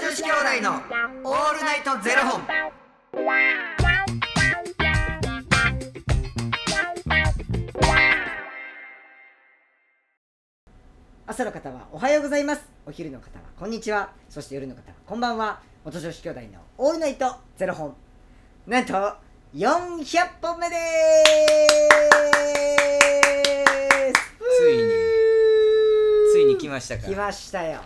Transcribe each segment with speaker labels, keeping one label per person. Speaker 1: 子兄弟のオールナイトゼロ本。
Speaker 2: 朝の方はおはようございますお昼の方はこんにちはそして夜の方はこんばんは元女子兄弟のオールナイトゼロ本なんと400本目でーす
Speaker 3: ついについに来ました
Speaker 2: 来
Speaker 3: か
Speaker 2: ましたよ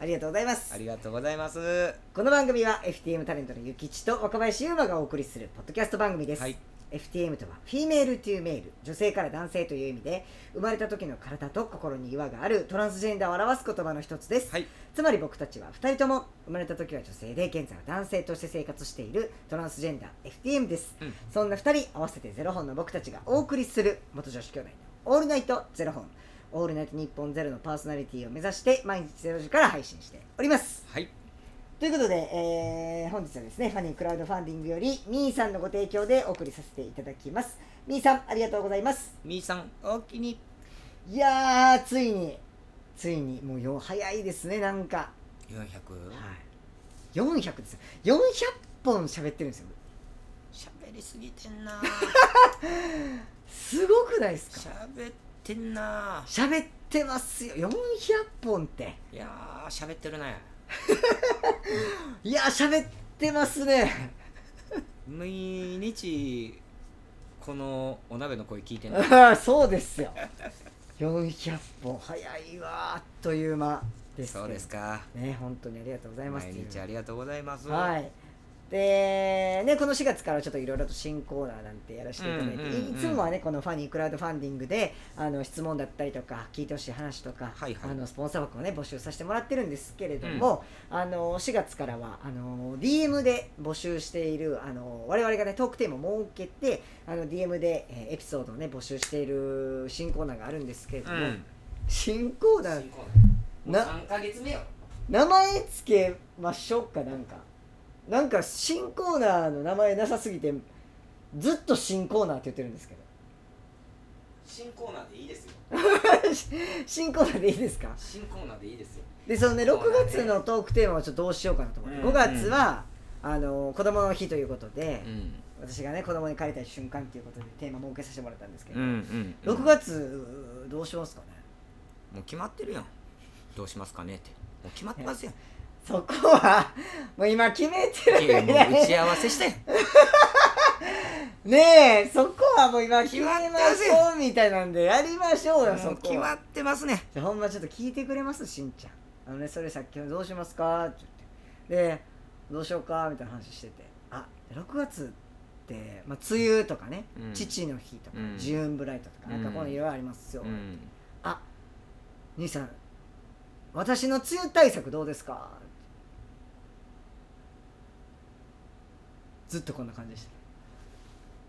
Speaker 2: ありがとうございます
Speaker 3: ありがとうございますは
Speaker 2: この番組は FTM タレントのゆきちと若林優馬がお送りするポッドキャスト番組です、
Speaker 3: い
Speaker 2: FTM とはフィメールというメール女性から男性という意味で生まれた時の体と心に違和があるトランスジェンダーを表す言葉の一つです、
Speaker 3: はい
Speaker 2: つまり僕たちは2人とも生まれた時は女性で現在は男性として生活しているトランスジェンダー FTM です、
Speaker 3: うん
Speaker 2: そんな2人合わせてゼロ本の僕たちがお送りする元女子兄弟の「オールナイトゼロ本」「オールナイト日本ゼロのパーソナリティを目指して毎日ゼロ時から配信しております
Speaker 3: はい
Speaker 2: ということで、えー本日はですね、ファニークラウドファンディングより、みーさんのご提供でお送りさせていただきます。みーさん、ありがとうございます。
Speaker 3: みーさんおおきに
Speaker 2: いやー、ついに、ついに、もうよ、早いですね、なんか。
Speaker 3: 400
Speaker 2: はい、400ですよ。400本喋ってるんですよ。
Speaker 3: 喋りすぎてんな
Speaker 2: すごくないですか
Speaker 3: 喋ってんな
Speaker 2: 喋ってますよ。400本って。
Speaker 3: いやー喋ってるね
Speaker 2: いやー、喋ってますね。
Speaker 3: 毎日このお鍋の声聞いてん
Speaker 2: あ
Speaker 3: の
Speaker 2: ーそうですよ。400本、早いわー、あっという間ですけど
Speaker 3: そうですか
Speaker 2: ね、本当にありがとうございます。
Speaker 3: 毎日ありがとうございます
Speaker 2: はい。で、ね、この4月からちょっといろいろと新コーナーなんてやらせていただいて、
Speaker 3: うんうんうん
Speaker 2: いつもはね、このファニークラウドファンディングで、あの、質問だったりとか、聞いてほしい話とか、
Speaker 3: はいはい
Speaker 2: あの、スポンサー枠をね、募集させてもらってるんですけれども、あの、4月からは、あの、DM で募集している、あの、我々がね、トークテーマを設けて、あの、DM で、えーエピソードをね、募集している新コーナーがあるんですけれど
Speaker 3: う
Speaker 2: も、
Speaker 3: ん
Speaker 2: 新コーナー、な
Speaker 3: 3ヶ月目よ
Speaker 2: 名前つけましょうかなんかなんか新コーナーの名前なさすぎてずっと新コーナーって言ってるんですけど
Speaker 3: 新コーナーでいいですよ
Speaker 2: 新コーナーでいいですか
Speaker 3: 新コーナーでいいですよ
Speaker 2: でそのね6
Speaker 3: そうだね
Speaker 2: 月のトークテーマをちょっとどうしようかなと思って、
Speaker 3: うんうん
Speaker 2: 5月はあの子供の日ということで
Speaker 3: う、ん
Speaker 2: 私がね子供に借りたい瞬間ということでテーマ設けさせてもらったんですけ
Speaker 3: う
Speaker 2: ど、
Speaker 3: んうん
Speaker 2: 6月どうしますかね
Speaker 3: もう決まってるやんどうしますかねってもう決まってます やん
Speaker 2: そこはもう今決めてる
Speaker 3: いやいやもう打ち合わせして
Speaker 2: ねえそこはもう今決めまし
Speaker 3: 決まったぜ
Speaker 2: ょうみたいなんでやりましょうよそ
Speaker 3: もう決
Speaker 2: こ
Speaker 3: ま
Speaker 2: は
Speaker 3: ってますね
Speaker 2: じゃあほんまちょっと聞いてくれますしんちゃんあのねそれさっきのどうしますかって言ってでどうしようかみたいな話しててあ6月って、まあ、梅雨とかね、
Speaker 3: うん
Speaker 2: 父の日とか、
Speaker 3: うん
Speaker 2: ジューンブライトとかなんか
Speaker 3: うん
Speaker 2: こういうのいろいろありますよ、
Speaker 3: うん
Speaker 2: あ兄さん私の梅雨対策どうですかずっとこんな感じでし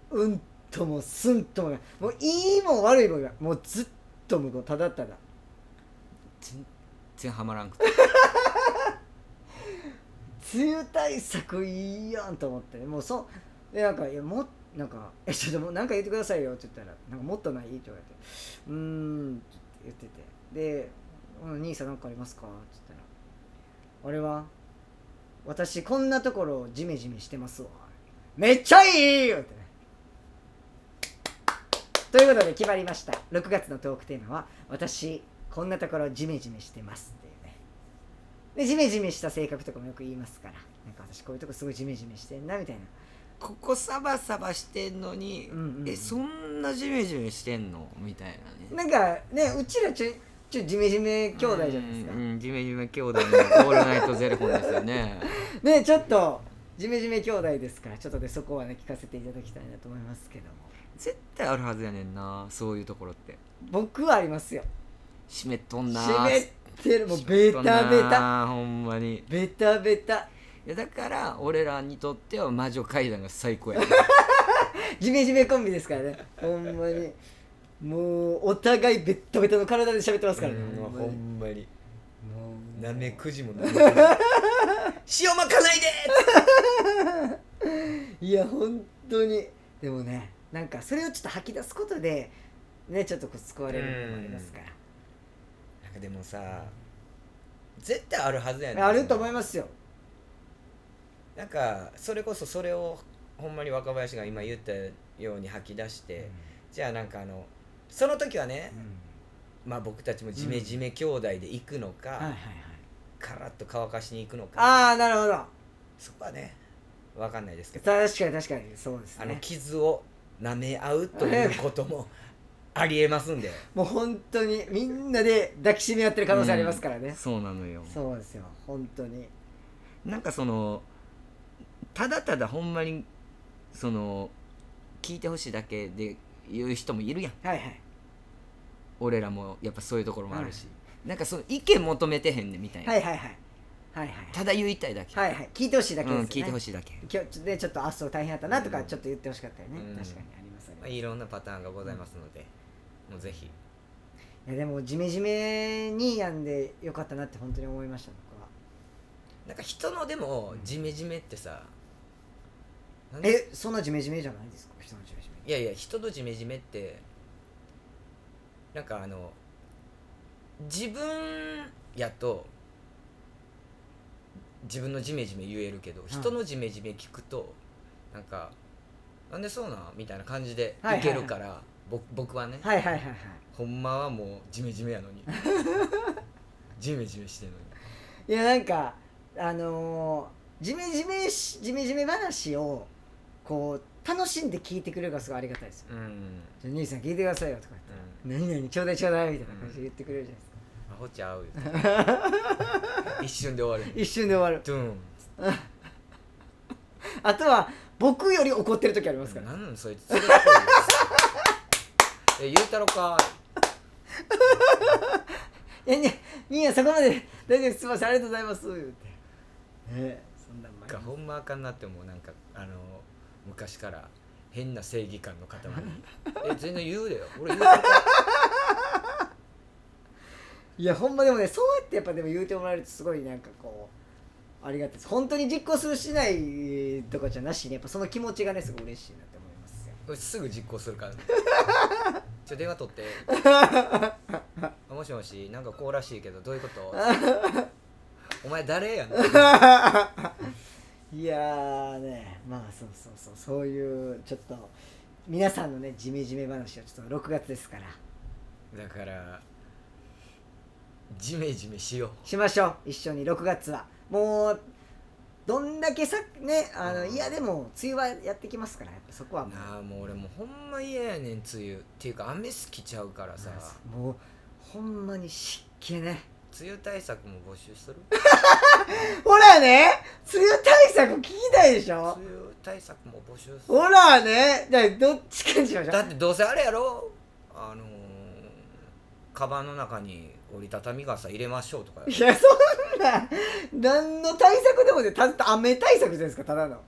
Speaker 2: たうんともすんともないもういいも悪いもがもうずっと向こうただただ
Speaker 3: 全然ハマらんくて
Speaker 2: 梅雨対策いいやんと思ってもうそでなんか「いやもなんか えちょっともうなんか言ってくださいよ」って言ったら「なんかもっとない?」って言われて「うーん」って言っててで「うん兄さんなんかありますか?」って言ったら「俺は私こんなところジメジメしてますわめっちゃいい!」よってねということで決まりました6月のトークテーマは「私こんなところジメジメしてます」っていうねでジメジメした性格とかもよく言いますからなんか私こういうとこすごいジメジメしてんなみたいな
Speaker 3: ここサバサバしてんのに、
Speaker 2: うんうんうん
Speaker 3: えそんなジメジメしてんのみたいな
Speaker 2: な
Speaker 3: ね
Speaker 2: んかねうちらちょいちょいジメジメ兄弟じゃないですか
Speaker 3: うんうんジメジメ兄弟のオールナイトゼレフォンです よね
Speaker 2: ねちょっとジメジメ兄弟ですからちょっとでそこはね聞かせていただきたいなと思いますけども
Speaker 3: 絶対あるはずやねんなそういうところって
Speaker 2: 僕はありますよ
Speaker 3: 湿っとんな
Speaker 2: 湿ってるもう
Speaker 3: 湿
Speaker 2: ベ
Speaker 3: っとん
Speaker 2: タベタ
Speaker 3: なほんまに
Speaker 2: ベタベタ
Speaker 3: いやだから俺らにとっては魔女階段が最高やね
Speaker 2: ジメジメコンビですからねほんまにもうお互いベッタベタの体で喋ってますからねほんまに
Speaker 3: んまに
Speaker 2: もう
Speaker 3: なめくじもなめくじ塩まかないで
Speaker 2: いや本当にでもねなんかそれをちょっと吐き出すことでねちょっとこう救われるものもありますから、
Speaker 3: なんかでもさ絶対あるはずやねん
Speaker 2: あると思いますよ
Speaker 3: なんかそれこそそれをほんまに若林が今言ったように吐き出して、じゃあなんかあのその時はね、まあ僕たちもジメジメ兄弟で行くのか、
Speaker 2: はいはいはい
Speaker 3: カラッと乾かしに行くのか
Speaker 2: ああなるほど
Speaker 3: そこはね分かんないですけど、
Speaker 2: 確かに確かにそうです
Speaker 3: あの
Speaker 2: ね
Speaker 3: 傷を舐め合うということも ありえますんで
Speaker 2: もう本当にみんなで抱きしめ合ってる可能性ありますからね、
Speaker 4: そうなのよ
Speaker 2: そうですよ本当に
Speaker 4: なんかそのただただほんまにその聞いてほしいだけで言う人もいるやん
Speaker 2: はいはい
Speaker 4: 俺らもやっぱそういうところもあるし、なんかその意見求めてへんねみたいな、
Speaker 2: はいはいはいはいはい
Speaker 4: ただ言いたいだけ、
Speaker 2: はいはい聞いてほしいだけ
Speaker 4: う
Speaker 2: です
Speaker 4: ん
Speaker 2: よね、
Speaker 4: 聞いてほ
Speaker 2: い
Speaker 4: しいだけ
Speaker 2: 今日でちょっとあそう大変だったなとか
Speaker 3: うん
Speaker 2: ちょっと言ってほしかったよね、
Speaker 3: うん
Speaker 2: 確かにありますあり
Speaker 3: ま
Speaker 2: ま
Speaker 3: あ
Speaker 2: す
Speaker 3: いろんなパターンがございますので、もうぜひ
Speaker 2: いやでもジメジメにやんでよかったなって本当に思いました僕は
Speaker 3: なんか人のでもジメジメってさ、なんで
Speaker 2: えそんなジメジメじゃないですか人のジメジメ
Speaker 3: いやいや人のジメジメってなんかあの自分やと自分のジメジメ言えるけど、人のジメジメ聞くとなんかなんでそうなんみたいな感じで
Speaker 2: はいはい
Speaker 3: い
Speaker 2: はい
Speaker 3: けるから、ぼ僕はね、
Speaker 2: はいはいはいはい
Speaker 3: ほんまはもうジメジメやのにジメジメしてんのに
Speaker 2: いやなんかあのー、ジメジメしジメジメ話をこう楽しんで聞いてくれるからすごいありがたいですよ
Speaker 3: うん、
Speaker 2: じゃあ兄さん聞いてくださいよとか言って何々ちょうだいちょうだいみたいな感じで言ってくれるじゃないですか、
Speaker 3: アホち ゃうよ一瞬で終わる
Speaker 2: 一瞬で終わる
Speaker 3: ドゥーン
Speaker 2: あとは僕より怒ってる時ありますから、
Speaker 3: なんなのそいつ連れてくる え言うたろか
Speaker 2: いやに兄やんそこまで大丈夫ですすいませんありがとうございます言ってねえそんなん
Speaker 3: がほんまあかんなってもうなんかあの昔から変な正義感 の塊え全然言うだよ俺言うたろか
Speaker 2: いやほんまでもねそうやってやっぱでも言うてもらえるとすごいなんかこうありがたいです本当に実行するしないとかじゃなしにやっぱその気持ちがねすごい嬉しいなって思いますよ
Speaker 3: 俺すぐ実行するから、ちょ電話取ってあもしもしなんかこうらしいけどどういうことお前誰やねん
Speaker 2: いやーねまあそうそうそうそういうちょっと皆さんのねジメジメ話をちょっと6月ですから
Speaker 3: だからジメジメしよ
Speaker 2: しましょう一緒に6月はもうどんだけさねあの、
Speaker 3: うん
Speaker 2: いやでも梅雨はやってきますからやっぱそこは
Speaker 3: う
Speaker 2: もう
Speaker 3: なあもう俺もうほんま嫌やねん梅雨っていうか雨好きちゃうからさ
Speaker 2: もうほんまに湿気ね
Speaker 3: 梅雨対策も募集する
Speaker 2: ほらね梅雨対策聞きたいでしょ
Speaker 3: 梅雨対策も募集する
Speaker 2: ほらねじゃあどっちかにしましょ
Speaker 3: だ
Speaker 2: う
Speaker 3: ってどうせあれやろあのー、カバンの中に折りたたみ傘入れましょうとか
Speaker 2: いやそんな何の対策でもねただ雨対策じゃないですかただの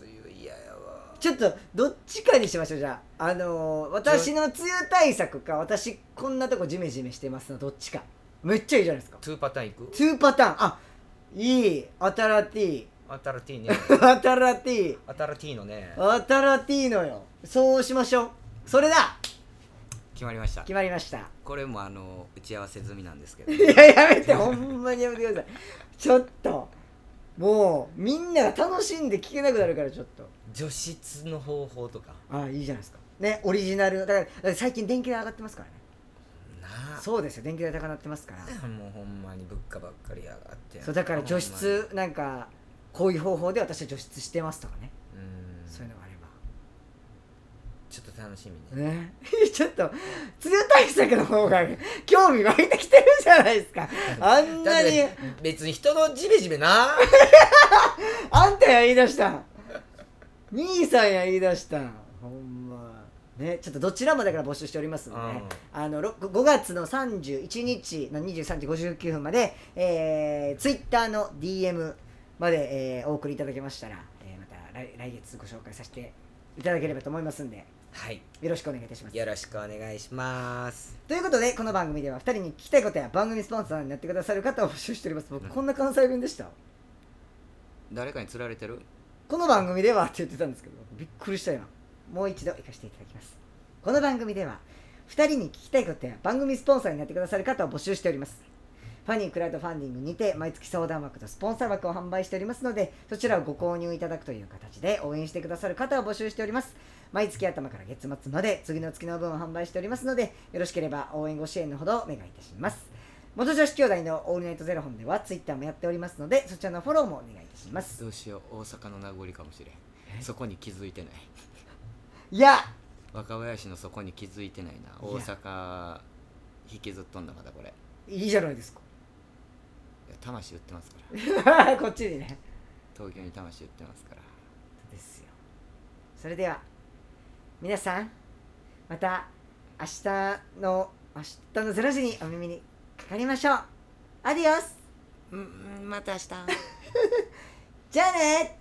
Speaker 3: 梅雨嫌やわ
Speaker 2: ちょっとどっちかにしましょうじゃああのー私の梅雨対策か私こんなとこジメジメしてますのどっちかめっちゃいいじゃないですか
Speaker 3: 2パターンいく
Speaker 2: 2パターンあいいアタラティ
Speaker 3: アタラティ ーね
Speaker 2: アタラティ
Speaker 3: アタラティーのね
Speaker 2: アタラティーノよそうしましょうそれだ
Speaker 3: 決まりました
Speaker 2: 決まりました
Speaker 3: これもあのー打ち合わせ済みなんですけど
Speaker 2: い ややめてほんまにやめてくださいちょっともうみんなが楽しんで聞けなくなるからちょっと
Speaker 3: 除湿の方法とか
Speaker 2: ああいいじゃないですかねオリジナルだからだから最近電気代上がってますからね
Speaker 3: なあ
Speaker 2: そうですよ電気代高なってますから
Speaker 3: もうほんまに物価ばっかり上がって
Speaker 2: そうだから除湿なんかこういう方法で私は除湿してますとかね、
Speaker 3: ほんまにうん
Speaker 2: そういうのがあれば
Speaker 3: ちょっと楽しみね
Speaker 2: ね、 ちょっと梅雨対策の方が興味湧いてきてるじゃないですかあん
Speaker 3: だっ
Speaker 2: なに
Speaker 3: て別に人のジメジメな
Speaker 2: あんたや言い出した兄さんや言い出したほんまねちょっとどちらもだから募集しておりますので、ねあのろく5月の31日の23時59分まで、えー、Twitter の DM まで、えーお送りいただけましたら、えーまた来来月ご紹介させていただければと思いますんで
Speaker 3: はい
Speaker 2: よろしくお願いいたします
Speaker 3: よろしくお願いします
Speaker 2: ということでこの番組では2人に聞きたいことや番組スポンサーになってくださる方を募集しております僕こんな関西弁でした
Speaker 3: 誰かに釣られてる
Speaker 2: この番組ではって言ってたんですけどびっくりした今もう一度行かせていただきますこの番組では2人に聞きたいことや番組スポンサーになってくださる方を募集しておりますファニークラウドファンディングにて毎月相談枠とスポンサー枠を販売しておりますのでそちらをご購入いただくという形で応援してくださる方を募集しております毎月頭から月末まで次の月の分を販売しておりますのでよろしければ応援ご支援のほどお願いいたします元女子兄弟のオールナイトゼロ本ではツイッターもやっておりますのでそちらのフォローもお願いいたします
Speaker 3: どうしよう大阪の名残かもしれんそこに気づいてない
Speaker 2: いや
Speaker 3: 若林のそこに気づいてないな大阪引きずっとんだまだこれ
Speaker 2: いいじゃないですか
Speaker 3: 魂売ってますか ら
Speaker 2: こっちにね
Speaker 3: 東京に魂売ってますから
Speaker 2: ですよそれでは皆さんまた明日の明日の0時にお耳にかかりましょうアディオス
Speaker 3: うんまた明日
Speaker 2: じゃあね